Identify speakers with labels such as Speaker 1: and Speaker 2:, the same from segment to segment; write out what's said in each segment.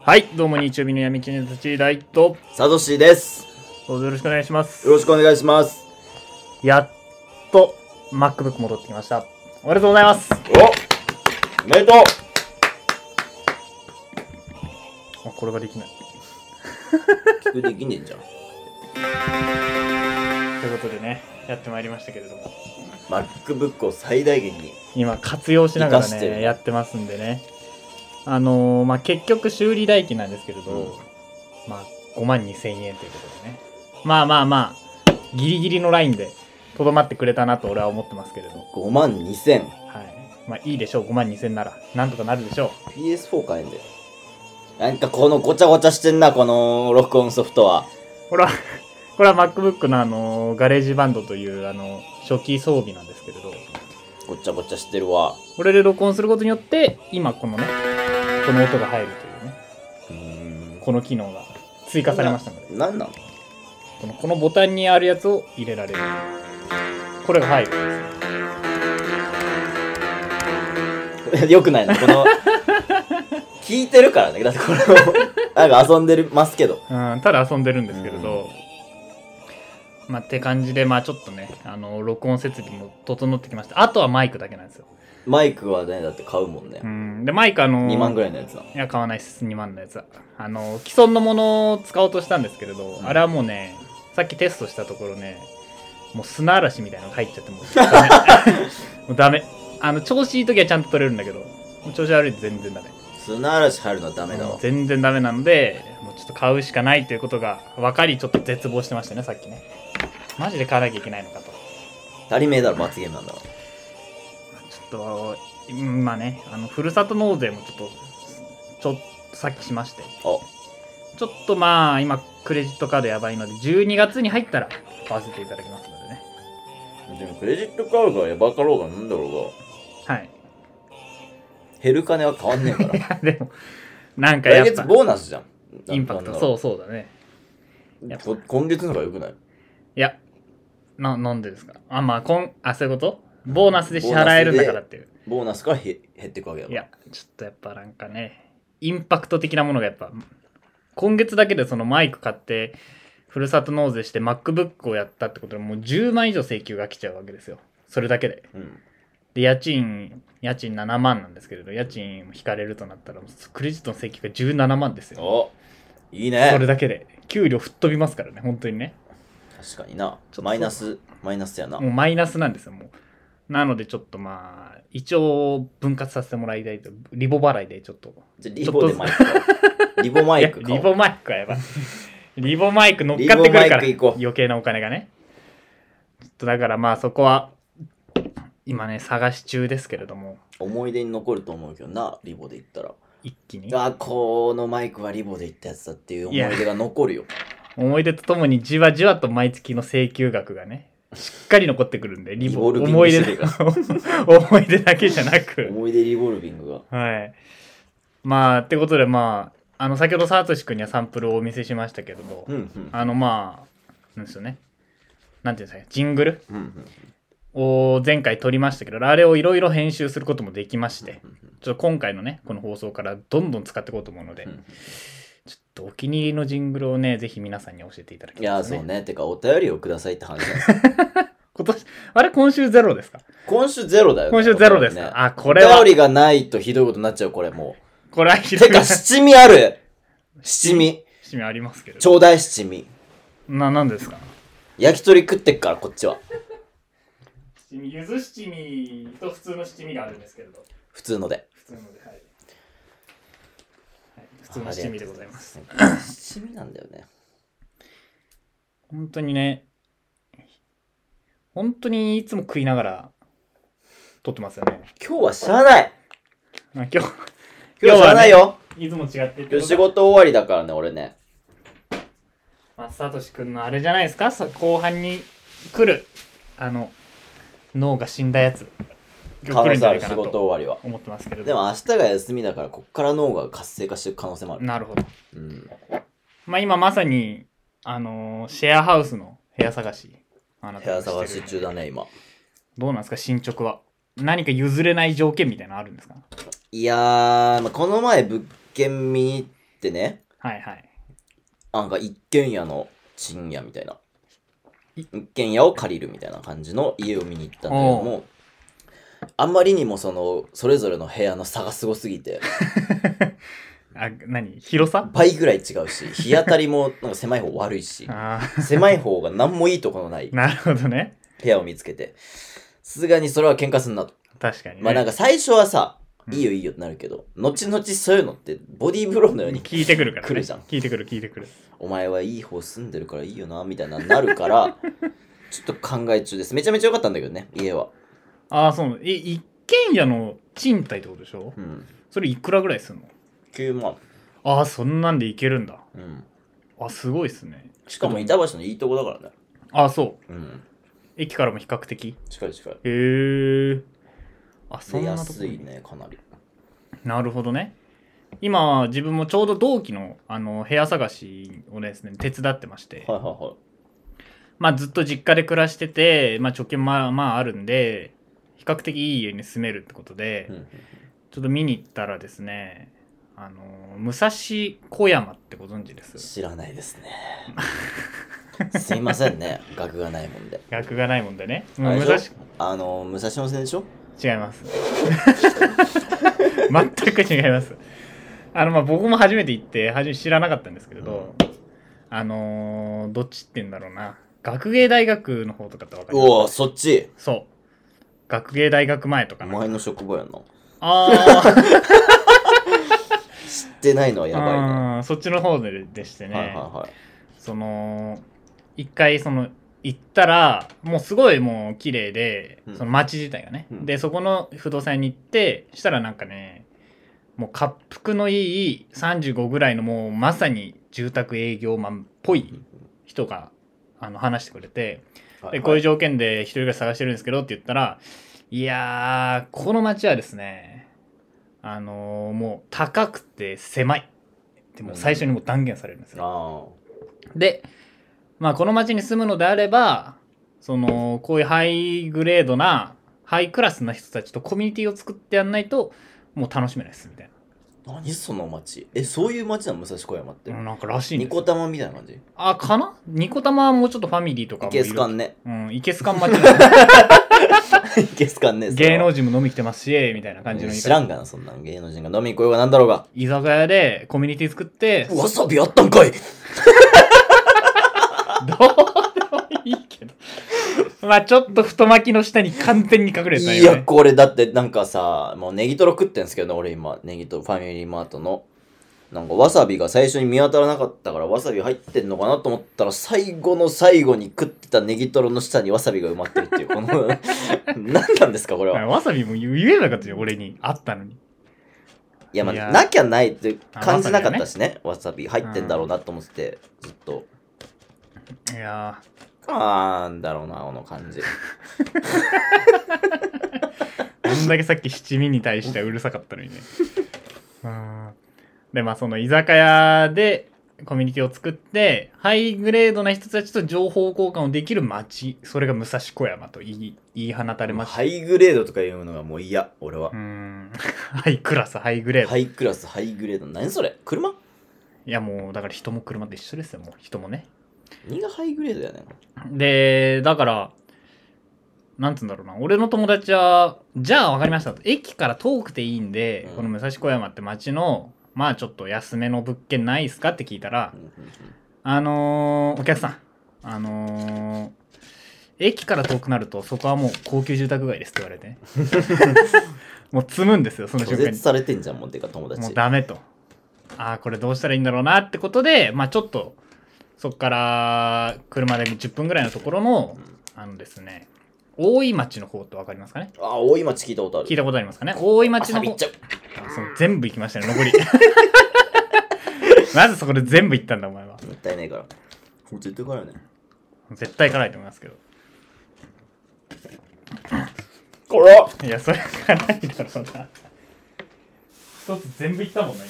Speaker 1: はい、どうも日曜日の闇金たちライト、
Speaker 2: サトシです。
Speaker 1: どうぞよろしくお願いします
Speaker 2: よ。ろしくお願いします。
Speaker 1: やっと MacBook 戻ってきました。おめでとうございます。
Speaker 2: おおめでとう
Speaker 1: あこれができない。
Speaker 2: 聞くできねえじゃん。
Speaker 1: ということでね、やってまいりましたけれども、
Speaker 2: MacBook を最大限に。
Speaker 1: 今活用しながら
Speaker 2: 活かしてる
Speaker 1: ね、やってますんでね。あのー、まあ、結局修理代金なんですけれど、
Speaker 2: うん
Speaker 1: まあ、5万2千円ということでね。まあまあまあ、ギリギリのラインでとどまってくれたなと俺は思ってますけれど、
Speaker 2: 5万2000。
Speaker 1: はい。まあいいでしょう、5万2千なら。なんとかなるでしょう。
Speaker 2: PS4 買えんだよ。なんかこのごちゃごちゃしてんな、この録音ソフトは。
Speaker 1: これは、これは MacBook のあの、ガレージバンドというあの、初期装備なんですけれど、
Speaker 2: ごちゃごちゃしてるわ。
Speaker 1: これで録音することによって、今このね、この音が入るというね、
Speaker 2: うーん。
Speaker 1: この機能が追加されましたので、
Speaker 2: なんなの
Speaker 1: このこのボタンにあるやつを入れられる。これが入るんですね。
Speaker 2: よくないな、この。聞いてるからね。だってこれを。なんか遊んでますけど。
Speaker 1: うん、ただ遊んでるんですけれど、まあ、って感じで、まあちょっとね、あの、録音設備も整ってきました。あとはマイクだけなんですよ。
Speaker 2: マイクはね、だって買うもんね
Speaker 1: う。ん。で、マイクあの、
Speaker 2: 2万ぐらいのやつだ。
Speaker 1: いや、買わないです。2万のやつは。あの、既存のものを使おうとしたんですけれど、
Speaker 2: うん
Speaker 1: あれはもうね、さっきテストしたところね、もう砂嵐みたいなのが入っちゃって、も うダメ。も うダメ。あの、調子いい時はちゃんと取れるんだけど、もう調子悪いと全然ダメ。
Speaker 2: 砂嵐入るのはダメだ
Speaker 1: も
Speaker 2: わ
Speaker 1: う。全然ダメなので、もうちょっと買うしかないということが分かり、ちょっと絶望してましたね、さっきね。マジで買わなきゃいけないのかと。
Speaker 2: 足りめえだろ、罰ゲームなんだわ。
Speaker 1: ちょっと、うんまあね、あの、ふるさと納税もちょっと、ちょっとさっきしまして。
Speaker 2: あ、
Speaker 1: ちょっとまあ、今、クレジットカードやばいので、12月に入ったら買わせていただきますのでね。
Speaker 2: でもクレジットカードがやばかろうがなんだろ う
Speaker 1: はい。
Speaker 2: が減る金は変わんねえから
Speaker 1: でも、なんかや
Speaker 2: 来
Speaker 1: っ
Speaker 2: 月
Speaker 1: ぱ、
Speaker 2: ボーナスじゃん
Speaker 1: インパクト、そうそうだね。やっぱ
Speaker 2: う今月の方がよくない
Speaker 1: いや、な、なんでですかあ、まあ、こん、あ、そういうことボーナスで支払えるんだからっていう。
Speaker 2: ボーナスからへ減っていくわけだ
Speaker 1: い
Speaker 2: から
Speaker 1: や、ちょっとやっぱなんかね、インパクト的なものがやっぱ、今月だけでそのマイク買って、ふるさと納税して MacBook をやったってことでもう10万以上請求が来ちゃうわけですよ。それだけで。
Speaker 2: うん
Speaker 1: で、家賃、家賃7万なんですけれど、家賃引かれるとなったら、クレジットの請求が17万ですよ。
Speaker 2: おいい
Speaker 1: それ
Speaker 2: ね
Speaker 1: だけで、給料吹っ飛びますからね、本当にね。
Speaker 2: 確かにな
Speaker 1: ちょっと
Speaker 2: マイナスマイナスやな
Speaker 1: もうマイナスなんですよ、もう。なので、ちょっとまあ、一応、分割させてもらいたいと、リボ払いでちょっと。
Speaker 2: じゃあリボでマイク買おう リボマイク
Speaker 1: い
Speaker 2: 買
Speaker 1: や
Speaker 2: お
Speaker 1: リ
Speaker 2: う
Speaker 1: ボマイクは やばい。リボマイク乗っかってくるから、
Speaker 2: リボマイク行こう
Speaker 1: 余計なお金がね。ちょっとだからまあ、そこは、今ね、探し中ですけれども、
Speaker 2: 思い出に残ると思うけどなリボで言ったら
Speaker 1: 一気に。
Speaker 2: あこのマイクはリボで言ったやつだっていう思い出が 残るよ
Speaker 1: 思い出とともにじわじわと毎月の請求額がね、しっかり残ってくるんで、リボ、
Speaker 2: リボルビング
Speaker 1: 思い出
Speaker 2: してる
Speaker 1: だ、 思い出だけじゃなく、
Speaker 2: 思い出リボルビングが
Speaker 1: はい。まあ、ってことでまあ、あの、先ほどサートシ君にはサンプルをお見せしましたけども
Speaker 2: う、んうん
Speaker 1: あのまあ、なんですよね。なんていうんですか、ジングル
Speaker 2: うんうん
Speaker 1: を前回撮りましたけど、あれをいろいろ編集することもできまして、
Speaker 2: うんうん
Speaker 1: ちょっと今回のね、この放送からどんどん使っていこうと思うので
Speaker 2: う、ん
Speaker 1: ちょっとお気に入りのジングルをね、ぜひ皆さんに教えていただきた
Speaker 2: い
Speaker 1: い
Speaker 2: や
Speaker 1: で
Speaker 2: ー
Speaker 1: す
Speaker 2: そ
Speaker 1: ね
Speaker 2: う。ねてかお便りをくださいって話なんですよ
Speaker 1: 今年、あれ今週ゼロですか
Speaker 2: 今週ゼロだよ、
Speaker 1: 今週ゼロですか
Speaker 2: ね
Speaker 1: あこれは
Speaker 2: お便りがないとひどいことになっちゃう、これも
Speaker 1: これは
Speaker 2: う。
Speaker 1: ひど
Speaker 2: て
Speaker 1: いな
Speaker 2: か、七味ある七味。
Speaker 1: 趣味ありますけど。
Speaker 2: ちょうだい七味。
Speaker 1: な、なんですか
Speaker 2: 焼き鳥食ってっから、こっちは。
Speaker 1: 七味、ゆず七味と普通の七味があるんですけれど、
Speaker 2: 普通ので。
Speaker 1: 普通ので、はい。普通の七味でございます。
Speaker 2: す。七味なんだよね。
Speaker 1: 本当にね、本当にいつも食いながら撮ってますよね。
Speaker 2: 今日はしゃあない
Speaker 1: まあ今日、
Speaker 2: 今日はしゃあないよ、
Speaker 1: いつも違ってって
Speaker 2: 今
Speaker 1: こと
Speaker 2: 日仕事終わりだからね、俺ね。
Speaker 1: まあ、サトシ君のあれじゃないですかさ後半に来る、あの、脳が死んだやつ。今日
Speaker 2: 可
Speaker 1: 来るん
Speaker 2: 能
Speaker 1: じ
Speaker 2: 性
Speaker 1: ゃ
Speaker 2: あ
Speaker 1: ない
Speaker 2: る仕
Speaker 1: かな
Speaker 2: 事
Speaker 1: と
Speaker 2: 終わりは。
Speaker 1: 思ってますけれど。
Speaker 2: でも明日が休みだから、こっから脳が活性化していく可能性もある。
Speaker 1: なるほど。
Speaker 2: うん。
Speaker 1: まあ今まさに、あのーシェアハウスの部屋探し。あな
Speaker 2: 部屋
Speaker 1: たが
Speaker 2: 探
Speaker 1: て
Speaker 2: し
Speaker 1: る
Speaker 2: 中だね、今。
Speaker 1: どうなんですか進捗は。何か譲れない条件みたいなのあるんですか
Speaker 2: いやー、まあこの前物件見に行っってね、
Speaker 1: はいはい。
Speaker 2: なんか一軒家の賃家みたいな。一軒家を借りるみたいな感じの家を見に行ったんだけども、あんまりにもその、それぞれの部屋の差がすごすぎて、
Speaker 1: あ、何広さ
Speaker 2: 倍ぐらい違うし、日当たりもなんか狭い方悪いし、
Speaker 1: あ
Speaker 2: 狭い方が何もいいとこのない
Speaker 1: あ、なるほどね。
Speaker 2: 部屋を見つけて、さすがにそれは喧嘩すんなと。
Speaker 1: 確かにね。
Speaker 2: まあなんか最初はさ、
Speaker 1: うん
Speaker 2: いいよいいよってなるけど、後々そういうのってボディーブローのように、
Speaker 1: 聞いてくるから、ね。
Speaker 2: 来るじゃん
Speaker 1: 聞いてくる聞いてくる。
Speaker 2: お前はいい方住んでるからいいよな、みたいなのになる から、ちょっと考え中です。めちゃめちゃ良かったんだけどね、家は。
Speaker 1: ああ、そう。え、一軒家の賃貸ってことでしょ
Speaker 2: うん。
Speaker 1: それいくらぐらいするの
Speaker 2: 9万。
Speaker 1: ああ、そんなんでいけるんだ。
Speaker 2: うん。
Speaker 1: あ、すごいっすね。
Speaker 2: しかも板橋のいいとこだからね。
Speaker 1: ああ、そう。
Speaker 2: うん。
Speaker 1: 駅からも比較的。
Speaker 2: 近い近い。
Speaker 1: へえ。あ、そ
Speaker 2: で、
Speaker 1: んなとこ
Speaker 2: 安
Speaker 1: に
Speaker 2: いね、かなり。
Speaker 1: なるほどね。今、自分もちょうど同期のあの部屋探しをですね、手伝ってまして、
Speaker 2: はいはいはい。
Speaker 1: まあずっと実家で暮らしてて、まあ貯金もまあまああるんで、比較的いい家に住めるってことで、
Speaker 2: うんうん
Speaker 1: ちょっと見に行ったらですね、あの、武蔵小山ってご存知です
Speaker 2: 知らないですね。すいませんね、額がないもんで。
Speaker 1: 額がないもんでね。
Speaker 2: あ
Speaker 1: 武
Speaker 2: れ
Speaker 1: 蔵
Speaker 2: でしょあの、武蔵野線でしょ
Speaker 1: 違います。 全く違います。あの、まあ、僕も初めて行って、初めて知らなかったんですけれど、あのーどっちって言うんだろうな。学芸大学の方とかってわか
Speaker 2: う
Speaker 1: りま
Speaker 2: おそっち
Speaker 1: すそう。学芸大学前と
Speaker 2: お
Speaker 1: かな。
Speaker 2: 前の職場やな。
Speaker 1: あー
Speaker 2: 知ってないのは やばいね。
Speaker 1: あー、そっちの方ででしてね。
Speaker 2: はいはいはい。
Speaker 1: その、一回その、行ったら、もうすごいもう綺麗で
Speaker 2: う、ん
Speaker 1: その街自体がね。
Speaker 2: うん
Speaker 1: で、そこの不動産屋に行って、したらなんかね、もう恰幅のいい35ぐらいのもうまさに住宅営業マンっぽい人が、あの、話してくれて、で、こういう
Speaker 2: 状
Speaker 1: 条件で一人暮らし探してるんですけどって言ったら、いやー、この街はですね、あのーもう高くて狭い。でもう最初にもう断言されるんですよ。
Speaker 2: あ
Speaker 1: で、まあ、この町に住むのであれば、その、こういうハイグレードな、ハイクラスな人たちとコミュニティを作ってやんないと、もう楽しめないです、みたい
Speaker 2: あ。何その町え、そういう町なの武蔵小山って。
Speaker 1: な。なんからしいん
Speaker 2: ニ
Speaker 1: です
Speaker 2: コ
Speaker 1: よ。
Speaker 2: 玉みたいな感じ
Speaker 1: あ、かなニコ玉はもうちょっとファミリーとか
Speaker 2: い
Speaker 1: もい
Speaker 2: け
Speaker 1: る。
Speaker 2: すかんね。
Speaker 1: うん、イケスカン町なんで
Speaker 2: いけすかんね。 それは
Speaker 1: 芸能人も飲み来てますし、みたいな感じの
Speaker 2: う
Speaker 1: 言
Speaker 2: ん
Speaker 1: い
Speaker 2: 知ら
Speaker 1: 方。
Speaker 2: んがな、そんなん。芸能人が飲みに来ようがなんだろうが。
Speaker 1: 居酒屋でコミュニティ作って、
Speaker 2: わさびあったんかい
Speaker 1: どうでもいいけど。まあちょっと太巻きの下に完全に隠れてた
Speaker 2: い
Speaker 1: よ
Speaker 2: や、
Speaker 1: ね。
Speaker 2: これだってなんかさ、もうネギトロ食ってんすけどね、俺今、ネギトロ、ファミリーマートの。なんかわさびが最初に見当たらなかったからわさび入ってんのかなと思ったら最後の最後に食ってたネギトロの下にわさびが埋まってるっていうこの 何なんですかこれは
Speaker 1: わさびも言えなかったよ、俺に。あったのに。
Speaker 2: いやま
Speaker 1: いや
Speaker 2: あなきゃないって感じなかっ
Speaker 1: あ
Speaker 2: た
Speaker 1: わ
Speaker 2: しねわさび入ってんだろうなと思っててずっと
Speaker 1: いや
Speaker 2: あーんだろうなこの感じ
Speaker 1: ー、あんだけさっき七味に対してはうるさかったのにね。 うん。で、まあその居酒屋でコミュニティを作って、ハイグレードな人たちと情報交換をできる街、それが武蔵小山と言い言い放たれました。
Speaker 2: ハイグレードとかいうのがもう嫌俺は
Speaker 1: うん。 ハイクラス、ハイグレード。
Speaker 2: ハ
Speaker 1: い、
Speaker 2: イクラスハイグレード何それ車
Speaker 1: やもう、だから人も車と一緒ですよ、もう人もね。
Speaker 2: 何がハイグレードやねん
Speaker 1: で、だから、なんつうんだろうな、俺の友達は、じゃあ分かりましたと。駅から遠くていいんで、
Speaker 2: うん
Speaker 1: この武蔵小山って町の、まあちょっと安めの物件ないですかって聞いたら、
Speaker 2: うんうんうん
Speaker 1: あのーお客さん、あのー駅から遠くなると、そこはもう高級住宅街ですって言われ てね。もう積むんですよ、その
Speaker 2: 拒
Speaker 1: 瞬間
Speaker 2: 絶
Speaker 1: に。
Speaker 2: されてんじゃんもうてか友
Speaker 1: もう
Speaker 2: 達
Speaker 1: ダメと。ああ、これどうしたらいいんだろうなってことで、まあちょっと、そっから車で10分ぐらいのところの、あのですね、大井町の方ってわかりますかね
Speaker 2: あ大井町聞いたことある
Speaker 1: 聞いたことありますかね大井
Speaker 2: あ
Speaker 1: 町
Speaker 2: サ
Speaker 1: の
Speaker 2: ビっ
Speaker 1: 方
Speaker 2: ちゃう
Speaker 1: あそう全部行きましたね、残り。 なぜそこで全部行ったんだ、お前は。
Speaker 2: もったいないからもう絶対からね
Speaker 1: 絶対行かないと思いますけど。
Speaker 2: これ
Speaker 1: いや、それ行かないだろうな。一つ全部行ったもんな、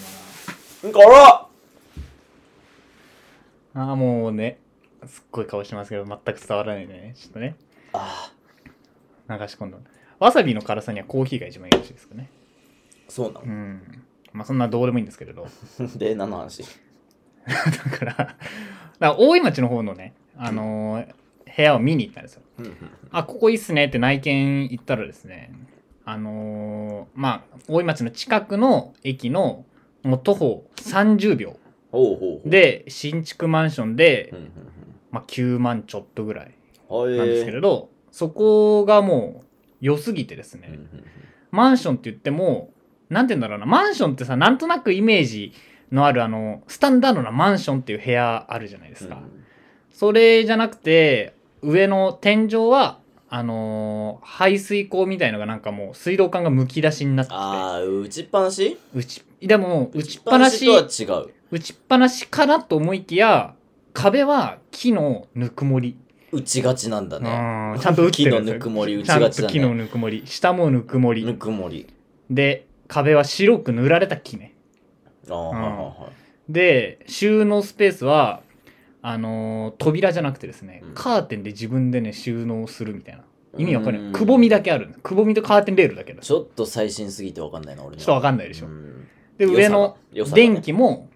Speaker 1: 今
Speaker 2: こら
Speaker 1: な。ああ、もうね、すっごい顔してますけど、全く伝わらないね。ちょっとね。
Speaker 2: あ
Speaker 1: 流し込んだわさびの辛さにはコーヒーが一番いいらしいですかね
Speaker 2: そうなの
Speaker 1: うんまあそんなどうでもいいんですけれど。
Speaker 2: で、何の話
Speaker 1: だから、だから大井町の方のね、あのー部屋を見に行ったんですよ。あ、ここいいっすねって内見行ったらですね、あのーまあ、大井町の近くの駅の、もう徒歩30秒
Speaker 2: ほうほうほう。
Speaker 1: で、新築マンションで
Speaker 2: うん、うん
Speaker 1: まあ9万ちょっとぐらい
Speaker 2: うん、はい。
Speaker 1: なんですけれど、そこがもう良すぎてですね、
Speaker 2: うんうんうん
Speaker 1: マンションって言っても、なんて言うんだろうな、マンションってさ、なんとなくイメージのある、あの、スタンダードなマンションっていう部屋あるじゃないですか。
Speaker 2: うん
Speaker 1: それじゃなくて、上の天井は、あのー排水口みたいのがなんかもう水道管がむき出しになってて、
Speaker 2: ああ、打ちっぱなし
Speaker 1: 打ち、でも、打ちっぱなし、
Speaker 2: 打ちっぱなしとは違う。
Speaker 1: 打ちっぱなしかなと思いきや、壁は木のぬくもり。
Speaker 2: 打ちがちなんだね。
Speaker 1: うんちゃんと打ってるん
Speaker 2: 木のぬくもり打ち
Speaker 1: ちゃん
Speaker 2: がち
Speaker 1: と
Speaker 2: だね
Speaker 1: 木のぬくもり。下もぬくもり。
Speaker 2: ぬくもり。
Speaker 1: で、壁は白く塗られた木ね。
Speaker 2: ああ、はいはいはい。
Speaker 1: で、収納スペースは、あのー扉じゃなくてですね、
Speaker 2: うん
Speaker 1: カーテンで自分でね、収納するみたいな。意味わかん
Speaker 2: う
Speaker 1: なんい。くぼみだけあるのくぼみとカーテンレールだけだ。
Speaker 2: ちょっと最新すぎてわかんないな、俺
Speaker 1: ち
Speaker 2: には
Speaker 1: ょっとわかんないでしょ
Speaker 2: うん
Speaker 1: で、上の
Speaker 2: 良さが良さがね
Speaker 1: 電気も、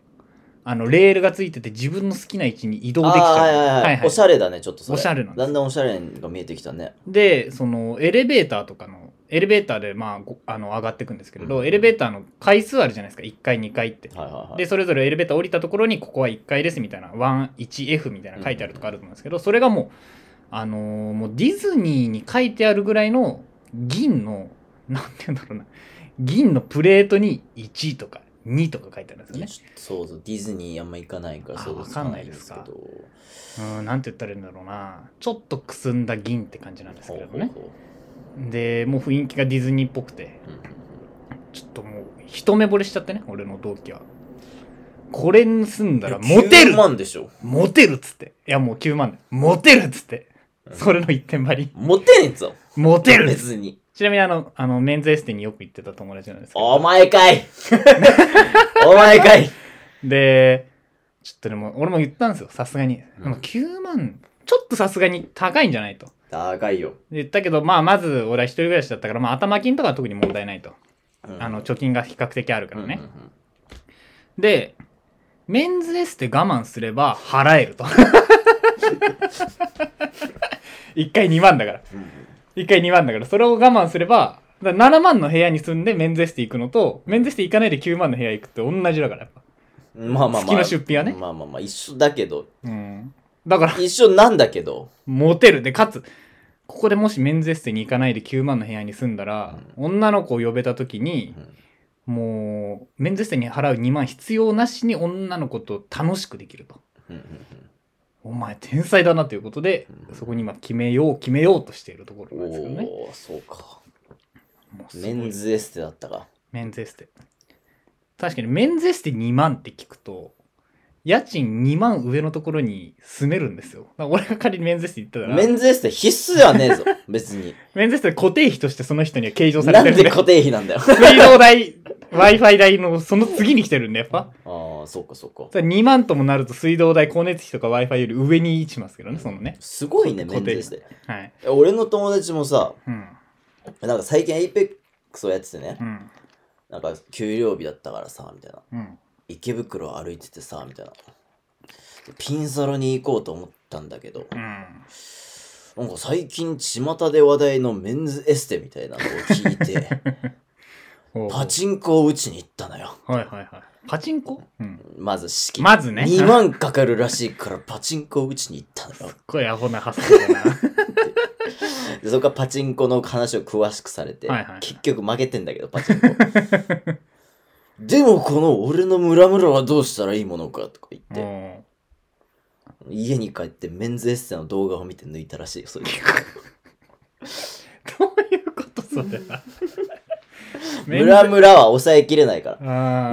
Speaker 1: あの、レールがついてて自分の好きな位置に移動できち
Speaker 2: あーはい
Speaker 1: ゃう。
Speaker 2: はいはい。おしゃれだね、ちょっとそれ。
Speaker 1: おしゃれなんです
Speaker 2: だんだんおしゃれが見えてきたね。
Speaker 1: で、その、エレベーターとかの、エレベーターで、まあご、あの、上がっていくんですけれど、
Speaker 2: うん
Speaker 1: エレベーターの回数あるじゃないですか。1階、2階って。
Speaker 2: はいはいはい。
Speaker 1: で、それぞれエレベーター降りたところに、ここは1階ですみたいな、1F みたいな書いてあるとかあると思うんですけど、それがもう、あのーもうディズニーに書いてあるぐらいの銀の、なんて言うんだろうな、銀のプレートに1とか2とか書いてあるんです
Speaker 2: い
Speaker 1: よ
Speaker 2: や
Speaker 1: ね。
Speaker 2: ちょっとそうそう、ディズニーあんま行かないから、
Speaker 1: あ
Speaker 2: そう
Speaker 1: わかんないですか
Speaker 2: わかんないで
Speaker 1: うん、なんて言ったらいいんだろうな、ちょっとくすんだ銀って感じなんですす
Speaker 2: け
Speaker 1: け
Speaker 2: ど
Speaker 1: れどね。
Speaker 2: ほうほ
Speaker 1: で、もう雰囲気がディズニーっぽくて、
Speaker 2: うほううん
Speaker 1: ちょっともう、一目惚れしちゃってね、俺の同期は。これに住んだらモテる
Speaker 2: 9万でしょ。
Speaker 1: モテるっつって。いやもう9万で。モテるっつって
Speaker 2: う。ん
Speaker 1: それの一点張り。
Speaker 2: モテねえぞ。
Speaker 1: モテるっつ
Speaker 2: 別に。
Speaker 1: ちなみにあの、あの、メンズエステによく行ってた友達なんですけ
Speaker 2: お
Speaker 1: ど。
Speaker 2: 前か いお前かい
Speaker 1: で、ちょっとでも、俺も言ったんですよ、さすがに。
Speaker 2: うん
Speaker 1: でも9万、ちょっとさすがに高いんじゃないと。
Speaker 2: 高いよ。
Speaker 1: で言ったけど、まあ、まず俺は一人暮らしだったから、まあ、頭金とかは特に問題ないと。
Speaker 2: うん
Speaker 1: あの、、貯金が比較的あるか
Speaker 2: うんう
Speaker 1: ら
Speaker 2: んう
Speaker 1: ね。
Speaker 2: ん
Speaker 1: で、メンズエステ我慢すれば払えると。 一回2万だから。
Speaker 2: うんうん
Speaker 1: 一回2万だから、それを我慢すれば、だから7万の部屋に住んでメンズエステ行くのと、メンズエステ行かないで9万の部屋行くって同じだから、やっぱ。
Speaker 2: まあまあまあ。
Speaker 1: 月の出費はね
Speaker 2: まあまあまあ、一緒だけど。
Speaker 1: うん。だから、
Speaker 2: 一緒なんだけど。
Speaker 1: モテる。で、かつ、ここでもしメンズエステに行かないで9万の部屋に住んだら、女の子を呼べた時に、もう、メンズエステに払う2万必要なしに女の子と楽しくできると。
Speaker 2: うんうんうん
Speaker 1: お前天才だなということで、
Speaker 2: うん
Speaker 1: そこに今決めよう決めようとしているところなんですけどね。
Speaker 2: おおそうか
Speaker 1: もうすご
Speaker 2: メ
Speaker 1: い
Speaker 2: ンズエステだったか
Speaker 1: メンズエステ。確かにメンズエステ2万って聞くと、家賃2万上のところに住めるんですよ。だから俺が仮にメンズエステ行ったら、
Speaker 2: メンズエステ必須ではね えぞ別に
Speaker 1: メンズエステ固定費としてその人には計上さ
Speaker 2: な
Speaker 1: れ
Speaker 2: ん
Speaker 1: てるんで、
Speaker 2: で固定費なん だよ
Speaker 1: 水道代、Wi-Fi 代のその次に来てるんで、やっぱ。
Speaker 2: ああそうかそうか
Speaker 1: それ2万ともなると水道代、光熱費とか Wi-Fi より上に位置しますけどね、そのね。
Speaker 2: すごいねメ
Speaker 1: 固
Speaker 2: ンズ
Speaker 1: 定
Speaker 2: エステ
Speaker 1: はい。
Speaker 2: いや俺の友達もさ
Speaker 1: うん。
Speaker 2: なんか最近エイペックスをやっててね
Speaker 1: うん。
Speaker 2: なんか給料日だったからさみたいな
Speaker 1: うん。
Speaker 2: 池袋を歩いててさみたいなピンサロに行こうと思ったんだけど
Speaker 1: うん。
Speaker 2: なんか最近巷で話題のメンズエステみたいなのを聞い て
Speaker 1: ほうほう
Speaker 2: パチンコを打ちに行ったのよ
Speaker 1: はいはいはい。パチンコうん。
Speaker 2: まず資金。
Speaker 1: まずね
Speaker 2: 2万かかるらしいからパチンコを打ちに行っ たの
Speaker 1: す
Speaker 2: よ
Speaker 1: っ。ごいアホな発想だな。
Speaker 2: でそこからパチンコの話を詳しくされて、
Speaker 1: はいはい
Speaker 2: 結局負けてんだけど、パ チンコ。でもこの俺のムラムラはどうしたらいいものかとか言って、
Speaker 1: も
Speaker 2: 家に帰ってメンズエステの動画を見て抜いたらしいよ、それ
Speaker 1: う、どういうことそれ は。
Speaker 2: ムラムラは抑えきれないから。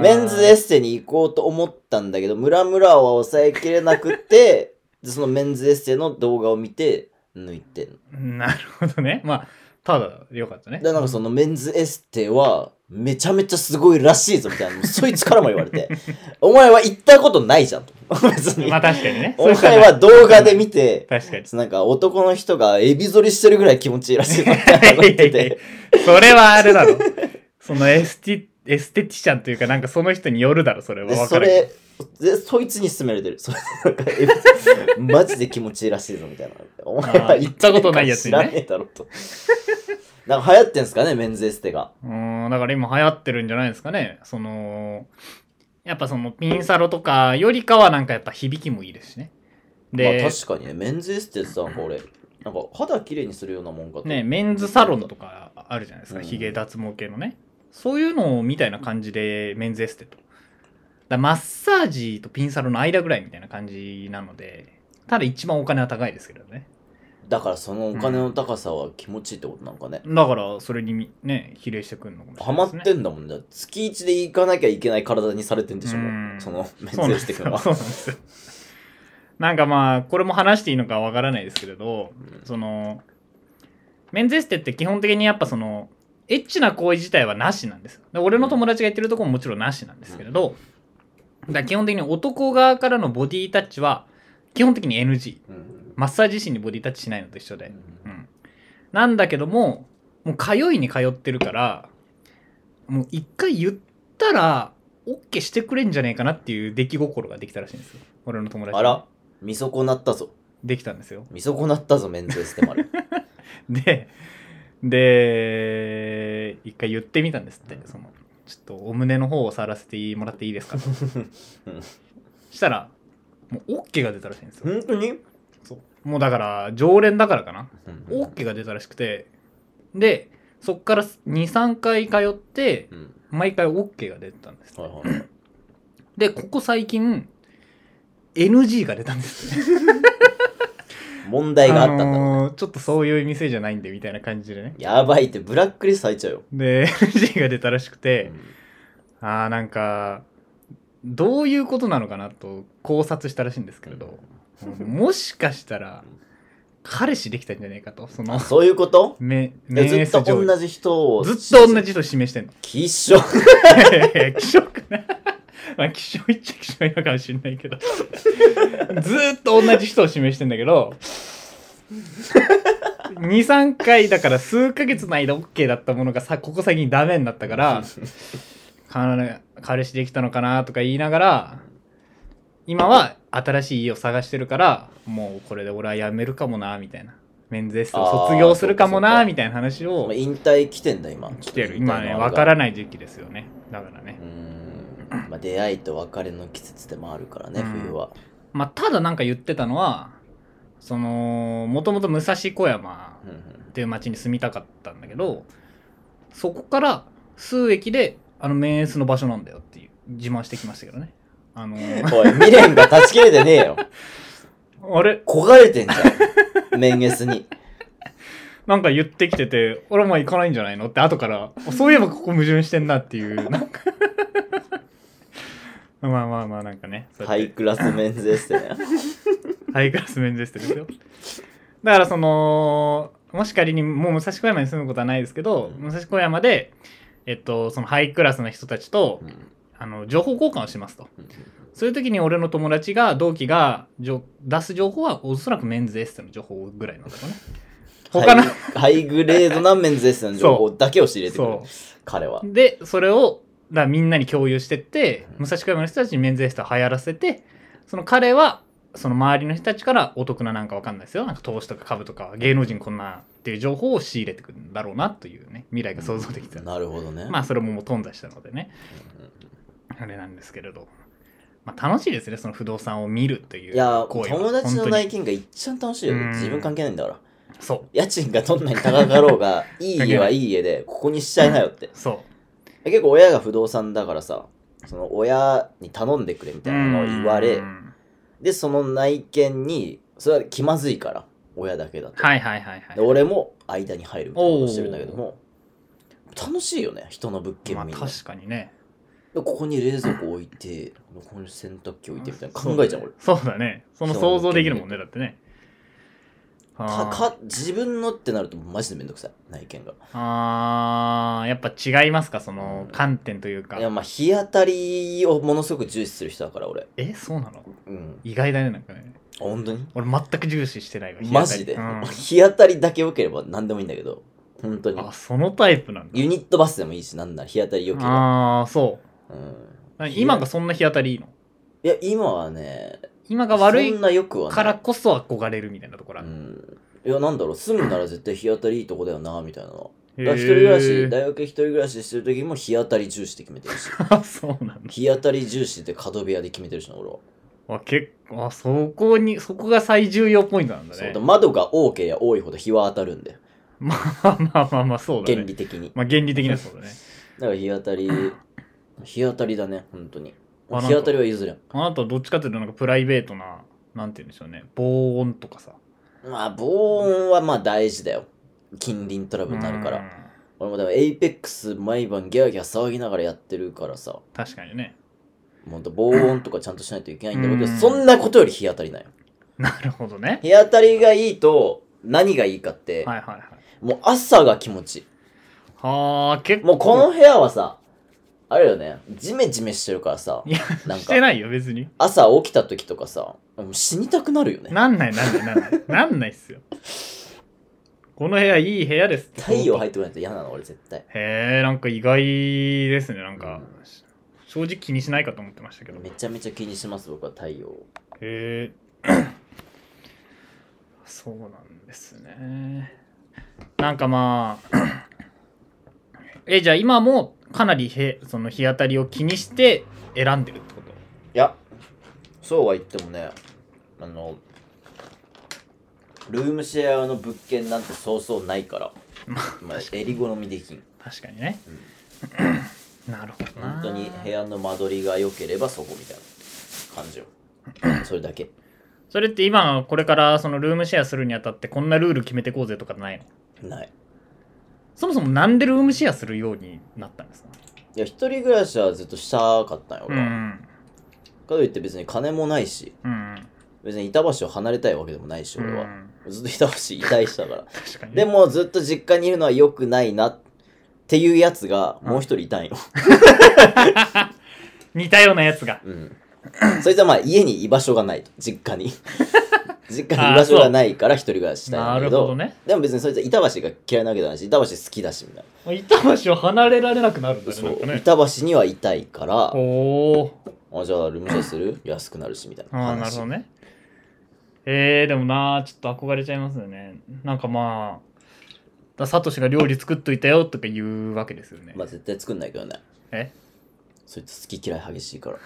Speaker 1: ラ
Speaker 2: メンズエ
Speaker 1: す。
Speaker 2: ステに行こうと思ったんだけど、ムラムラは抑えきれなくて、 でそのメンズエステの動画を見て抜いてんの。
Speaker 1: なるほどね。まあ、ただ、よかったね。
Speaker 2: でなんかそのメンズエステはめちゃめちゃすごいらしいぞみたいなそいつからも言わ れてお前は行ったことないじゃんと別に、
Speaker 1: まあ確かにね。
Speaker 2: お前は動画で見て
Speaker 1: 確 かに。
Speaker 2: なんか男の人がエビ反りしてるぐらい気持ちいいらしいぞみたいなこと言ってて
Speaker 1: それはあれだろ。そのエステエステティシャンというか、なんかその人によるだろ、それは。
Speaker 2: で、
Speaker 1: わ
Speaker 2: そ
Speaker 1: かるけど。
Speaker 2: れ、で、そいつに勧められてる。それなんかえ マジで気持ちいいらしいぞ、みたいな。お前
Speaker 1: あ
Speaker 2: は
Speaker 1: ー行ったことないやつにね
Speaker 2: 知らねえだろ、と。なんか流行ってんすかね、メンズエステが。
Speaker 1: うーん、だから今流行ってるんじゃないですかね。その、やっぱそのピンサロとかよりかはなんかやっぱ響きもいいですしね。で、
Speaker 2: まあ確かにね、メンズエステってさ、なんか俺、なんか肌きれいにするようなもんかと。
Speaker 1: ね、メンズサロンとかあるじゃないですか、
Speaker 2: うん
Speaker 1: ヒゲ脱毛系のね。そういうのみたいな感じで、メンズエステと。だからマッサージとピンサロの間ぐらいみたいな感じなので、ただ一番お金は高いですけどね。
Speaker 2: だからそのお金の高さは気持ちいいってことなんかね。
Speaker 1: だから、それにみね、比例してくるのかもし
Speaker 2: ハ
Speaker 1: れ
Speaker 2: マ
Speaker 1: ない
Speaker 2: っ
Speaker 1: ですね。
Speaker 2: てんだもんね。月一で行かなきゃいけない体にされてんでし
Speaker 1: う
Speaker 2: ょ、も
Speaker 1: ん
Speaker 2: う。そのメ
Speaker 1: そう
Speaker 2: ン
Speaker 1: なん
Speaker 2: ズ
Speaker 1: で
Speaker 2: エステ
Speaker 1: す
Speaker 2: 君
Speaker 1: よ。
Speaker 2: は。
Speaker 1: そうなんですよ。なんかまあ、これも話していいのかわからないですけれど、
Speaker 2: うん
Speaker 1: その、メンズエステって基本的にやっぱその、エッチな行為自体はなしなんですよ。で俺の友達が言ってるとこももちろんなしなんですけれど、だから基本的に男側からのボディタッチは、基本的に NG。
Speaker 2: うん
Speaker 1: マッサージ師にボディタッチしないのと一緒で。う
Speaker 2: う
Speaker 1: んん。なんだけども、もう通いに通ってるから、もう一回言ったら、OK してくれんじゃねえかなっていう出来心ができたらしいんですよ。俺の友達、
Speaker 2: あら、見損なったぞ。
Speaker 1: できたんですよ。
Speaker 2: 見損なったぞ、メンズエステまで。
Speaker 1: で、で、一回言ってみたんですって。その、ちょっとお胸の方を触らせてもらっていい ですかと
Speaker 2: うん
Speaker 1: したら、もう OK が出たらしいんですよ。
Speaker 2: 本当に
Speaker 1: そうもうだから、常連だからかな。
Speaker 2: うん
Speaker 1: OK が出たらしくて、で、そっから2、3回通って、
Speaker 2: うん。
Speaker 1: 毎回 OK が出てたんですって、
Speaker 2: はいはいはい。
Speaker 1: でここ最近 NG が出たんですね
Speaker 2: 問題があったんだろう。
Speaker 1: のーちょっとそういう店じゃないんでみたいな感じでね
Speaker 2: やばいって、ブラックリスト入っちゃうよ。
Speaker 1: で NG が出たらしく
Speaker 2: う
Speaker 1: て
Speaker 2: ん
Speaker 1: ああなんかどういうことなのかなと考察したらしいんですけれど、もしかしたら彼氏できたんじゃねえかとその
Speaker 2: そういうこと
Speaker 1: め
Speaker 2: え
Speaker 1: 免
Speaker 2: ず
Speaker 1: 疫
Speaker 2: っと
Speaker 1: 上
Speaker 2: 同じ人を。
Speaker 1: ずっと同。じ人示してんの
Speaker 2: きっしょ。
Speaker 1: いやいやいや希少かな まあ希少っちゃ希少いのかもしれないけど ずーっと同じ人を示してんだけど23回だから数ヶ月の間 OK だったものがさここ最近ダメになった から彼彼氏できたのかなとか言いながら今は新しい家を探してるからもうこれで俺は辞めるかもなみたいなメンズエステを卒業するかも
Speaker 2: あ
Speaker 1: な
Speaker 2: ー
Speaker 1: みたいな話
Speaker 2: も
Speaker 1: を
Speaker 2: う引退来てんだ、今。
Speaker 1: 来てる今ね
Speaker 2: わ
Speaker 1: 分から
Speaker 2: ん。
Speaker 1: ない時期ですよねだからね
Speaker 2: うん。まあ、出会いと別れの季節でもあるからね、
Speaker 1: うん
Speaker 2: 冬は。
Speaker 1: まあ、ただなんか言ってたのは、その、もともと武蔵小山
Speaker 2: うんう
Speaker 1: っていう町に住みたかったんだけど、そこから数駅で、あの、メンスの場所なんだよっていう、自慢してきましたけどね。あのー
Speaker 2: ん おい、未練が断ち切れてねえよ。
Speaker 1: あれ
Speaker 2: 焦がれてんじ ゃん。メンゲスに。
Speaker 1: なんか言ってきてて、俺も行かないんじゃないのって後から、そういえばここ矛盾してんなっていう、なん か。まあまあまあ、なんかね。そうや
Speaker 2: ハ
Speaker 1: って
Speaker 2: イクラスメンズエステね。
Speaker 1: ハイクラスメンズエステですよ。だからその、もし仮にもう武蔵小山に住むことはないですけど、
Speaker 2: うん
Speaker 1: 武蔵小山で、えっと、そのハイクラスの人たちと、
Speaker 2: うん
Speaker 1: あの、情報交換をしますと。
Speaker 2: うん
Speaker 1: そういう時に俺の友達が、同期がじょ出す情報は、おそらくメンズエステの情報ぐらいなんだろうね。他の
Speaker 2: ハイハイグレードなメンズエステの情報だけを仕入れてくる
Speaker 1: そ。
Speaker 2: 彼は。
Speaker 1: う。で、それを、だからみんなに共有してって、武蔵小山の人たちにメンズエステを流行らせて、その彼は、その周りの人たちからお得ななんかわかんないですよ。なんか投資とか株とか芸能人こんなっていう情報を仕入れてくるんだろうなというね、未来が想像できた。
Speaker 2: なるほどね。
Speaker 1: まあそれももう頓挫したのでね、あれなんですけれど。まあ楽しいですね、その不動産を見るという
Speaker 2: いや、
Speaker 1: 行為は
Speaker 2: 友達の
Speaker 1: 本当に
Speaker 2: 内見が一番楽しいよ
Speaker 1: う
Speaker 2: ね。
Speaker 1: ん
Speaker 2: 自分関係ないんだから。
Speaker 1: そう、
Speaker 2: 家賃がどんなに高かろ うが、いい家はいい家で、ここにしちゃいなよって。
Speaker 1: そ
Speaker 2: 結構親が不動産だからさ、その親に頼んでくれみ
Speaker 1: う。
Speaker 2: たいなのを言われ
Speaker 1: う、ん
Speaker 2: で、その内見に、それは気まずいから、親だけだと。
Speaker 1: はいはいはいはい。
Speaker 2: で俺も間に入るみたいなことをしてるんだけども、楽しいよね、人の物件
Speaker 1: まあ
Speaker 2: 見るの。
Speaker 1: 確かにね。
Speaker 2: でここに冷蔵庫置いて、ここに洗濯機置いてみたいな考えちゃう俺。
Speaker 1: そうだね。その想像できるもんね、だってね。
Speaker 2: た
Speaker 1: あー
Speaker 2: か自分のってなるとマジでめんどくさい、内見が。
Speaker 1: あーやっぱ違いますか、その
Speaker 2: うん
Speaker 1: 観点というか
Speaker 2: い。やまあ日当たりをものすごく重視する人だから俺
Speaker 1: え、そうなの
Speaker 2: うん
Speaker 1: 意外だね、なんかね。
Speaker 2: 本当に
Speaker 1: 俺全く重視してないわ。日当た
Speaker 2: マ
Speaker 1: り
Speaker 2: ジで、
Speaker 1: うん
Speaker 2: 日当たりだけ良ければ何でもいいんだけど本当に。
Speaker 1: あ、そのタイプなんだ。
Speaker 2: ユニットバスでもいいし、なんなら日当たり良ければ。
Speaker 1: ああ、そう
Speaker 2: うん。。
Speaker 1: な今がそんな日当たりいいの
Speaker 2: いや、今はね、
Speaker 1: 今が悪い
Speaker 2: そんなよくは
Speaker 1: から
Speaker 2: ない。
Speaker 1: こそ憧れるみたいなところあ
Speaker 2: う
Speaker 1: る。
Speaker 2: ん。いや、なんだろう、住むなら絶対日当たりいいとこだよな、みたいなのは。だか
Speaker 1: へー
Speaker 2: ら 一人暮らし、大学一人暮らししてる時も日当たり重視で決めてるし。
Speaker 1: あそうなんだ。
Speaker 2: 日当たり重視で角部屋で決めてるしな、俺は。
Speaker 1: あ結構、あそこに、そこが最重要ポイントなんだ
Speaker 2: そう
Speaker 1: ね
Speaker 2: だ。窓が多ければ多いほど日は当たるんで、
Speaker 1: まあまあまあまあ、そうだね。
Speaker 2: 原理的に。
Speaker 1: まあ原理的なそうだね。
Speaker 2: だから日当たり、日当たりだね、本当に。
Speaker 1: あなんか
Speaker 2: 日当たりは譲れん。
Speaker 1: あなたはどっちかというとなんかプライベートな、なんて言うんでしょうね、防音とかさ。
Speaker 2: まあ、防音はまあ大事だよ。近隣トラブルになるか
Speaker 1: う
Speaker 2: ら。
Speaker 1: ん。
Speaker 2: 俺もだからエイペックス毎晩ギャーギャー騒ぎながらやってるからさ、
Speaker 1: 確かにね。
Speaker 2: もうほんと防音とかちゃんとしないといけないんだろうけど、
Speaker 1: うん
Speaker 2: そんなことより日当たりない。
Speaker 1: なるほどね。
Speaker 2: 日当たりがいいと何がいいかって、
Speaker 1: はいはいはい。
Speaker 2: もう朝が気持ちいい。
Speaker 1: はあ、結構。
Speaker 2: もうこの部屋はさ、あれよね、ジメジメしてるからさ
Speaker 1: い、や、
Speaker 2: なんか
Speaker 1: してないよ、別に。
Speaker 2: 朝起きた時とかさ、もう死にたくなるよね。
Speaker 1: なんない、なんない、なんない。なんないっすよ。この部屋、いい部屋ですって。
Speaker 2: 太陽入ってこないと嫌なの、俺絶対。
Speaker 1: へえ、なんか意外ですね、なんか。正直気にしないかと思ってましたけど。
Speaker 2: め
Speaker 1: へ
Speaker 2: ちゃめちゃ気にします、僕は太陽を。
Speaker 1: え。そうなんですね。なんかまあ。 え、じゃあ今もかなりへその日当たりを気にして選んでるってこと
Speaker 2: いや、そうは言ってもね、あの、ルームシェアの物件なんてそうそうない から、まあ、襟好みできん。
Speaker 1: 確かにね。 なるほどな。
Speaker 2: 本当に部屋の間取りが良ければそこみたいな感じよ。 それだけ。
Speaker 1: それって今これからそのルームシェアするにあたってこんなルール決めてこうぜとかないの
Speaker 2: ない。
Speaker 1: そもそもなんでルームシェアするようになったんですか
Speaker 2: いや、一人暮らしはずっとしたかったんよ、
Speaker 1: う
Speaker 2: 俺は。
Speaker 1: ん
Speaker 2: かといって別に金もないし、
Speaker 1: うん
Speaker 2: 別に板橋を離れたいわけでもないし、
Speaker 1: う
Speaker 2: 俺は。
Speaker 1: ん
Speaker 2: ずっと板橋いたいしたから。
Speaker 1: 確かにね
Speaker 2: でもずっと実家にいるのは良くないなっていうやつがもう一人いたんよ。
Speaker 1: 似たようなやつが
Speaker 2: うん。そいつはまあ家に居場所がないと、実 家に。実家に
Speaker 1: あー
Speaker 2: 居場所がないから一人暮らししたいん
Speaker 1: な
Speaker 2: だけ
Speaker 1: る
Speaker 2: ど
Speaker 1: ほどね
Speaker 2: でも別にそいつは板橋が嫌いなわけじゃないし、板橋好きだしみたい
Speaker 1: 板橋を離れられなくなるんだね
Speaker 2: な。そ
Speaker 1: なんか
Speaker 2: う、
Speaker 1: ね
Speaker 2: 板橋にはいたいから、
Speaker 1: おお
Speaker 2: あじゃあルームシェアする安くなるしみたいな
Speaker 1: ああなる
Speaker 2: 話。
Speaker 1: ほどねえー、でもなーちょっと憧れちゃいますよねなんかまあだサトシが料理作っといたよとか言うわけですよね、
Speaker 2: まあ絶対作んないけどね。
Speaker 1: え
Speaker 2: そいつ好き嫌い激しいから。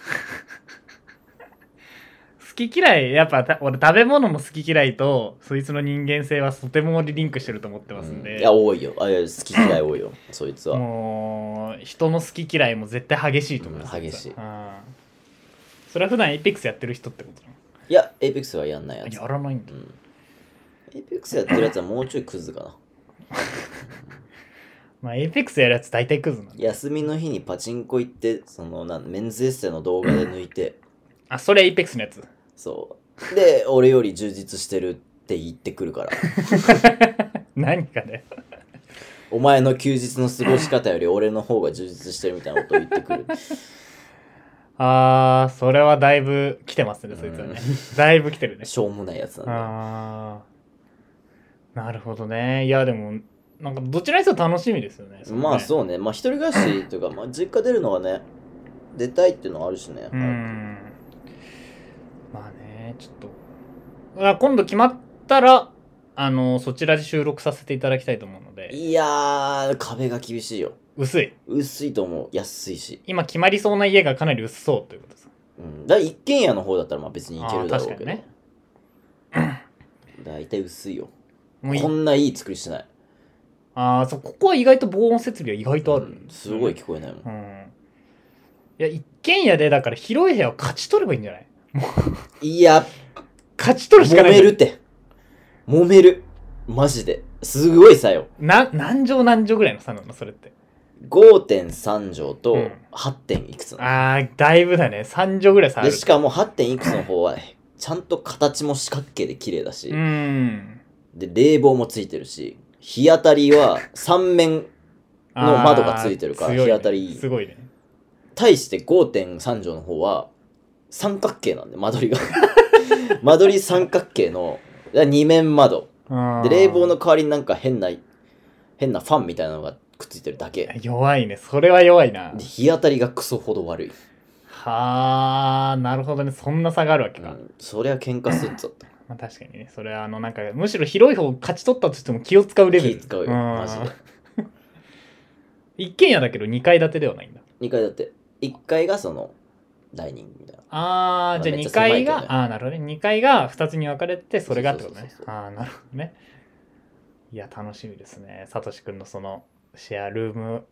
Speaker 1: 好き嫌いやっぱた俺食べ物も好き嫌いとそいつの人間性はとてもリンクしてると思ってますん
Speaker 2: うん
Speaker 1: で、
Speaker 2: いや、多いよ。あいや好き嫌い多いよ、そいつは。
Speaker 1: もう人の好き嫌いも絶対激しいと思います、
Speaker 2: うん激しい
Speaker 1: うんそれは普段エイペックスやってる人ってこと
Speaker 2: いや、エイペックスはやんないや
Speaker 1: なの
Speaker 2: つ。
Speaker 1: やらないん
Speaker 2: う
Speaker 1: だ
Speaker 2: ん。エイペックスやってるやつはもうちょいクズかな。
Speaker 1: まあエイペックスやるやつ大体クズなんだ
Speaker 2: 休みの日にパチンコ行って、そのなんメンズエッセイの動画で抜いて、
Speaker 1: あそれエイペックスのやつ
Speaker 2: そう。で、俺より充実してるって言ってくるから。
Speaker 1: 何かね
Speaker 2: お前の休日の過ごし方より俺の方が充実してるみたいなことを言ってく る。
Speaker 1: あーそれはだいぶ来てますねそいつはねだいぶ来てる ね
Speaker 2: しょうもないやつなんだよ。
Speaker 1: ああなるほどねいやでもなんかどちらにせよ楽しみですよね
Speaker 2: まあ
Speaker 1: う
Speaker 2: そうね。まあ一人暮らしというか、まあ実家出るのはね、出たいっていうのはあるしね。
Speaker 1: うんまあねちょっとあ今度決まったらあのそちらで収録させていただきたいと思うので
Speaker 2: いやー、壁が厳しいよ。
Speaker 1: 薄い
Speaker 2: 薄いと思う。安いし。
Speaker 1: 今決まりそうな家がかなり薄そうということです
Speaker 2: うん。だから一軒家の方だったらまあ別にいけるだろう
Speaker 1: あー確
Speaker 2: けど。
Speaker 1: かにね
Speaker 2: 大体薄いよ。
Speaker 1: もうい
Speaker 2: こんないい作りしてない。
Speaker 1: ああそうここは意外と防音設備は意外とある、
Speaker 2: うんすごい聞こえないもん
Speaker 1: う。んいや一軒家でだから広い部屋を勝ち取ればいいんじゃない
Speaker 2: いや、
Speaker 1: 勝ち取るしか
Speaker 2: 揉
Speaker 1: ない
Speaker 2: めるって。揉める。マジで。すごいさよ。
Speaker 1: な何畳何畳ぐらいの差なのそれって
Speaker 2: 5.3畳
Speaker 1: う
Speaker 2: と
Speaker 1: ん
Speaker 2: 8. 点いくつなの
Speaker 1: ああだいぶだね3畳ぐらい差あ
Speaker 2: で、
Speaker 1: る
Speaker 2: しかも8点いくつの方は、ちゃんと形も四角形で綺麗だし
Speaker 1: う、ん
Speaker 2: で、冷房もついてるし、日当たりは3面、の窓がついてるから
Speaker 1: あー強ね
Speaker 2: 日当たりいい
Speaker 1: すごいね
Speaker 2: 対して5.3畳の方は、三角形なんで、間取りが。 間取り三角形の、2面窓。
Speaker 1: あー
Speaker 2: で、冷房の代わりになんか変な、変なファンみたいなのがくっついてるだけ。
Speaker 1: 弱いね。それは弱いな
Speaker 2: で。日当たりがクソほど悪い。
Speaker 1: はあ、なるほどね。そんな差があるわけ
Speaker 2: う
Speaker 1: か。
Speaker 2: ん、そりゃ喧嘩するぞ。
Speaker 1: まあ確かにね。それはあの、なんか、むしろ広い方を勝ち取ったとしても気を使うレベル。
Speaker 2: 気使うよ
Speaker 1: ん
Speaker 2: マジで。
Speaker 1: 一軒家だけど2階建てではないんだ。
Speaker 2: 2階だって。1階がその、ダイニングみたいな。
Speaker 1: あ
Speaker 2: まあ
Speaker 1: ー、じゃあ
Speaker 2: めっちゃ
Speaker 1: 2
Speaker 2: 狭い
Speaker 1: 階
Speaker 2: けど
Speaker 1: が、
Speaker 2: ね
Speaker 1: あー、なるほどね。2階が2つに分かれて、それがってことね
Speaker 2: そうそうそう。そう
Speaker 1: あー、なるほどね。いや、楽しみですね。さとしくんのそのシェアルーム。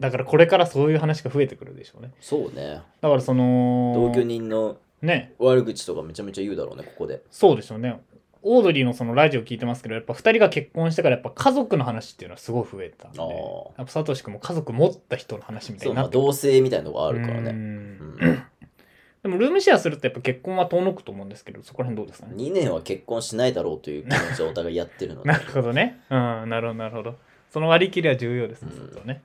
Speaker 1: だからこれからそういう話が増えてくるでしょうね。
Speaker 2: そうね。
Speaker 1: だからその、
Speaker 2: 同居人の
Speaker 1: ね、
Speaker 2: 悪口とかめちゃめちゃ言うだろうね、ここで。
Speaker 1: そうでしょうね。オードリーのそのラジオ聞いてますけど、やっぱ2人が結婚してからやっぱ家族の話っていうのはすごい増えたんで、
Speaker 2: あー
Speaker 1: やっぱサトシ君も家族持った人の話みたい
Speaker 2: そう、
Speaker 1: にな
Speaker 2: まあ、
Speaker 1: ってくる
Speaker 2: 同性みたいなのがあるから
Speaker 1: う
Speaker 2: ね。うんん、
Speaker 1: でもルームシェアするとやっぱ結婚は遠のくと思うんですけど、そこら辺どうですかね。
Speaker 2: 2年は結婚しないだろうという気持ちをお互いやってるので
Speaker 1: なるほどね。うん、なるほど、なるほど。その割り切りは重要ですね、
Speaker 2: うん
Speaker 1: そこはね。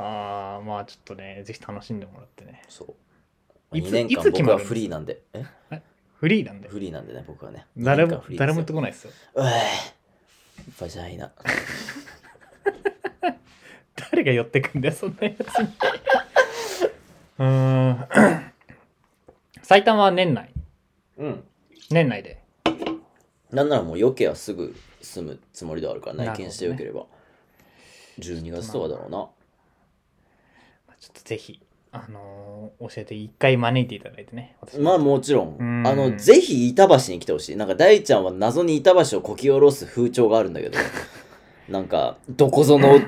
Speaker 1: ああ、まあちょっとね、ぜひ楽しんでもらってね。
Speaker 2: そう
Speaker 1: いつ
Speaker 2: 2年間
Speaker 1: いつ決
Speaker 2: 僕
Speaker 1: まる
Speaker 2: はフリーなんでえ
Speaker 1: フリーなんで。
Speaker 2: フリーなんでね僕はね
Speaker 1: 誰
Speaker 2: 二年間
Speaker 1: も
Speaker 2: フリ、ーです
Speaker 1: 誰も
Speaker 2: よ
Speaker 1: 言ってこないですよ。
Speaker 2: うえバジャイナ
Speaker 1: 誰が寄ってくん だよそんなやつにうーん 最短は年内
Speaker 2: うん
Speaker 1: 年内で
Speaker 2: なんならもうよけはすぐ住むつもりではあるから
Speaker 1: なるほ
Speaker 2: 内
Speaker 1: どね
Speaker 2: 見してよければ、12月とかだろうな
Speaker 1: まあちょっとぜひあのー教えて一回招いていただいてね私
Speaker 2: まあもちろん
Speaker 1: うん
Speaker 2: あのぜひ板橋に来てほしいなんか大ちゃんは謎に板橋をこき下ろす風潮があるんだけどなんかどこ ぞの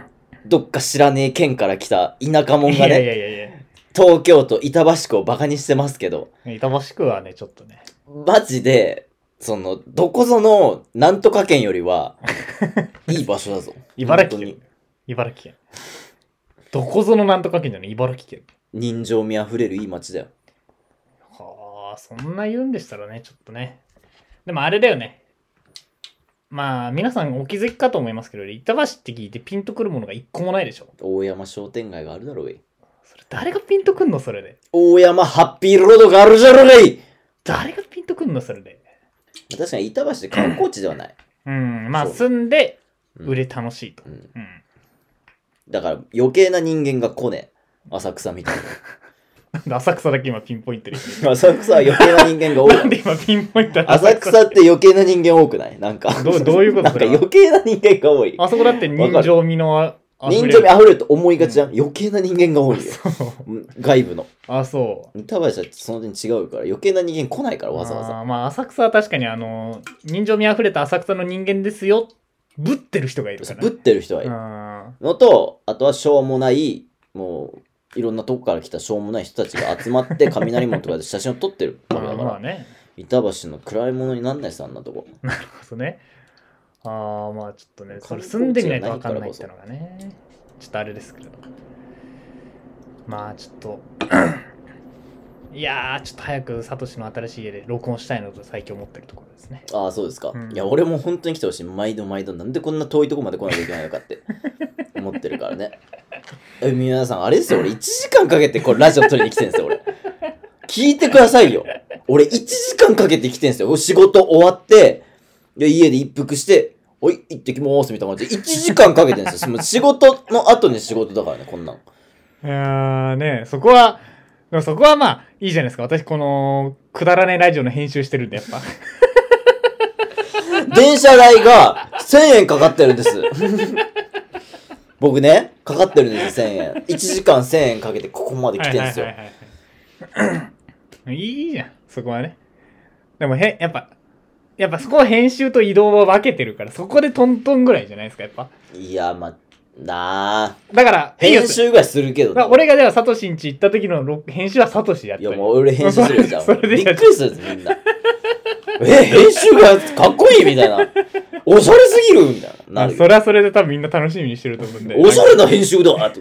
Speaker 2: どっか知らねえ県から来た田舎者
Speaker 1: い
Speaker 2: が
Speaker 1: やいや
Speaker 2: ね
Speaker 1: いやいや
Speaker 2: 東京都板橋区をバカにしてますけど
Speaker 1: 板橋区はねちょっとね
Speaker 2: マジで、その、どこぞのなんとか県よ りは、いい場所だぞ。
Speaker 1: 茨城
Speaker 2: 本当
Speaker 1: 県
Speaker 2: に。
Speaker 1: 茨城県どこぞのなんとか県じゃない茨城県
Speaker 2: 人情味あふれるいい街だよ。
Speaker 1: はあそんな言うんでしたらねちょっとねでもあれだよねまあ皆さんお気づきかと思いますけど板橋って聞いてピンとくるものが一個もないでしょ
Speaker 2: 大山商店街があるだろうい。
Speaker 1: それ誰がピンとくんのそれで
Speaker 2: 大山ハッピーロードがあるじゃろうい。
Speaker 1: 誰がピンとくんのそれで
Speaker 2: 確かに板橋で観光地で はない。
Speaker 1: うんまあ
Speaker 2: そう
Speaker 1: 住んで
Speaker 2: うん
Speaker 1: 売れ楽しいと、
Speaker 2: うん
Speaker 1: うん
Speaker 2: だから余計な人間が来ねえ。浅草みたい
Speaker 1: なんで浅草だけ今ピンポイン トで
Speaker 2: な。浅草は余計な人間が多
Speaker 1: なん
Speaker 2: い。
Speaker 1: で今ピンポイントで
Speaker 2: 浅草って余計な人間多くないなんか。
Speaker 1: どうどういうこと
Speaker 2: なん
Speaker 1: そ
Speaker 2: か
Speaker 1: れは
Speaker 2: 余計な人間が多い。
Speaker 1: あそこだって人情味のああ
Speaker 2: 人
Speaker 1: ふれる
Speaker 2: 情味あふれると思いがちじゃん。余計な人間が多いよ。
Speaker 1: そう
Speaker 2: うん外部の。
Speaker 1: あそう
Speaker 2: 板橋はその点違うから余計な人間来ないからわざわざ
Speaker 1: あーまあ浅草は確かにあの人情味あふれた浅草の人間ですよぶってる人がいるから
Speaker 2: ぶ
Speaker 1: ね
Speaker 2: ってる人はいる
Speaker 1: あ
Speaker 2: のとあとはしょうもないもういろんなとこから来たしょうもない人たちが集まっ て雷門とかで写真を撮ってる
Speaker 1: ー
Speaker 2: わけだか
Speaker 1: まあ
Speaker 2: ら
Speaker 1: ね
Speaker 2: 板橋の暗いものになんないさあんなとこ
Speaker 1: なるほどねああまあちょっとねそれ住んでみないと分かんないってのがねちょっとあれですけれどまあちょっと いやーちょっと早くサトシの新しい家で録音したいのと最近思ってるところですね
Speaker 2: ああそうですか、
Speaker 1: うん
Speaker 2: いや俺も本当に来てほしい毎度毎度なんでこんな遠いとこまで来ないといけないのかって 思ってるからねえ皆さんあれですよ俺1時間かけてこれラジオ撮りに来てんですよ俺聞いてくださいよ俺1時間かけて来てんですよ仕事終わってで家で一服して「おい行ってきます」みたいな感じで1時間かけてんですよもう仕事の後に仕事だからねこんなん
Speaker 1: いやーねそこはでもそこはまあいいじゃないですか私このくだらないラジオの編集してるんでやっぱ
Speaker 2: 電車代が1000円かかってるんです。僕ね、かかってるんですよ、1000円。1時間1000円かけてここまで来てるんですよ
Speaker 1: はい。はいはいはいいいじゃんそこはねでもへやっぱやっぱそこは編集と移動は分けてるからそこでトントンぐらいじゃないですかやっぱ
Speaker 2: いや、まあ、なあ。
Speaker 1: だから、いいよ
Speaker 2: 編集ぐらいするけ
Speaker 1: だ
Speaker 2: ど
Speaker 1: か
Speaker 2: ね、
Speaker 1: ら俺がではサトシんち行った時の録編集はサトシやっ
Speaker 2: い
Speaker 1: た
Speaker 2: や、
Speaker 1: よ
Speaker 2: もう俺編集するよ、じゃあ。
Speaker 1: それで
Speaker 2: びっくりするよ、みんな。え、編集がかっこいいみたいな。おしゃれすぎるみたいな。なる
Speaker 1: そ
Speaker 2: よ。
Speaker 1: れはそれで多分みんな楽しみにしてると思うんで。
Speaker 2: おしゃれな編集だって。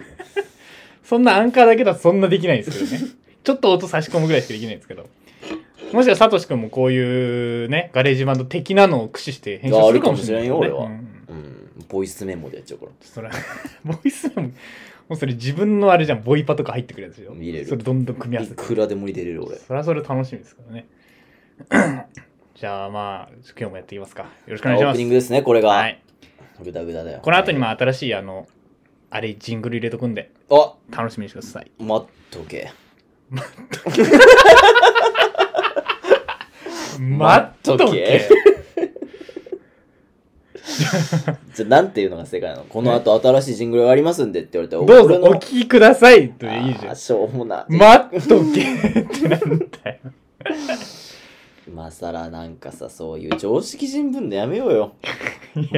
Speaker 1: そんなアンカーだけだとそんなできないんですけどね。ちょっと音差し込むぐらいしかできないんですけど。もしかサトシ君もこういうね、ガレージバンド的なのを駆使して編集するかもしれない、ね。
Speaker 2: いやあるかもしれんよ俺は
Speaker 1: うん
Speaker 2: うん、ボイスメモでやっちゃうから。
Speaker 1: それ ボイスメモもうそれ自分のあれじゃん、ボイパとか入ってくるやつでしょ。
Speaker 2: 入れる
Speaker 1: それどんどん組み合わ
Speaker 2: い
Speaker 1: せて。
Speaker 2: くらでも入れれる、俺。
Speaker 1: それはそれ楽しみですからね。 じゃあまあ、今日もやっていきますか。よろしくお願いし
Speaker 2: オ
Speaker 1: ま
Speaker 2: ープ
Speaker 1: す
Speaker 2: ニン。グですね、これが。
Speaker 1: はい。
Speaker 2: グダグダだよ。
Speaker 1: この後にまあ新しいあの、あれ、ジングル入れとくんで、
Speaker 2: あ
Speaker 1: 楽しみにしてください。
Speaker 2: 待っとけ。
Speaker 1: 待っとけ。
Speaker 2: じゃあ、なんていうのが正解なのこの後新しいジングルがありますんでって言われて、
Speaker 1: どう
Speaker 2: 俺
Speaker 1: ぞ
Speaker 2: の
Speaker 1: お聞きくださいと
Speaker 2: あ
Speaker 1: いいじゃ
Speaker 2: ー
Speaker 1: ん。
Speaker 2: しょうもな。
Speaker 1: 待っとけってなんだよ。
Speaker 2: 今更なんかさ、そういう常識人文でやめよう よ。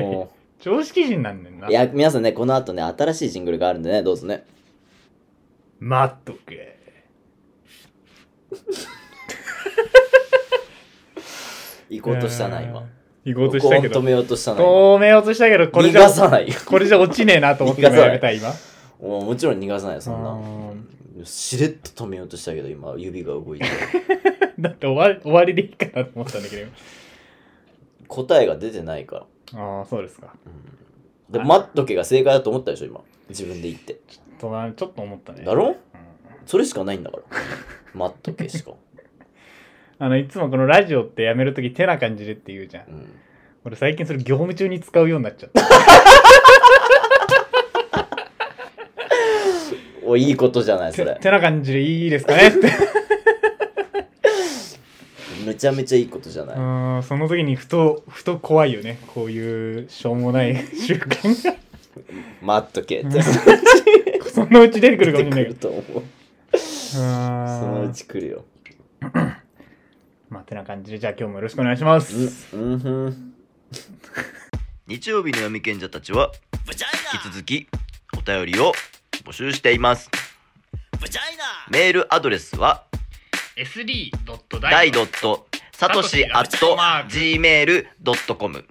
Speaker 2: も
Speaker 1: 常識人なんだよな
Speaker 2: う。い。や、皆さんね、この後ね、新しいジングルがあるんでね、どうぞね。
Speaker 1: 待っとけ。
Speaker 2: 行こうとしたな、今。。
Speaker 1: 行こうとしたけ
Speaker 2: ここ
Speaker 1: ど
Speaker 2: を止。めようとしたな。今
Speaker 1: 止めようとしたけど、これ
Speaker 2: 逃
Speaker 1: じゃ
Speaker 2: が、さないよ。
Speaker 1: これじゃ落ちねえなと思って
Speaker 2: 逃がさ
Speaker 1: や
Speaker 2: ない
Speaker 1: めた、今。
Speaker 2: もうもちろん逃がさないよ、そん
Speaker 1: う
Speaker 2: な。しれっと止めようとしたけど、今、指が動いて。
Speaker 1: だって終わり終わりでいいかなと思ったんだけど
Speaker 2: 答えが出てないから。
Speaker 1: 今。ああ、そうですか。
Speaker 2: で、
Speaker 1: あ
Speaker 2: 待っとけが正解だと思ったでしょ、今。自分で言って。
Speaker 1: ちょっとな、ちょっと思ったね。
Speaker 2: だろ
Speaker 1: うん
Speaker 2: それしかないんだから。待っとけしか。
Speaker 1: あの、いつもこのラジオってやめるとき手な感じでって言うじゃん
Speaker 2: う。ん。
Speaker 1: 俺最近それ業務中に使うようになっちゃった。
Speaker 2: お、いいことじゃ ない、そ
Speaker 1: て
Speaker 2: れ。
Speaker 1: てな感じでいいですかねって。
Speaker 2: めちゃめちゃいいことじゃな
Speaker 1: う
Speaker 2: い。
Speaker 1: ーん、その時にふと、ふと怖いよね。こういうしょうもない 習慣が。
Speaker 2: 待っとけって。
Speaker 1: そのうち出てくるかもしてれ
Speaker 2: 出
Speaker 1: ない
Speaker 2: く
Speaker 1: けど。
Speaker 2: ると思う。
Speaker 1: そ
Speaker 2: その
Speaker 1: の
Speaker 2: う。ち来るよ。
Speaker 1: まあ、てな感じで、じゃあ今日もよろしくお願いします。
Speaker 2: うんふん。日曜日の読み賢者たちは、引き続きお便りを募集しています。メールアドレスは、
Speaker 1: sd.dai
Speaker 2: ダイドットサトシアット gmail.com。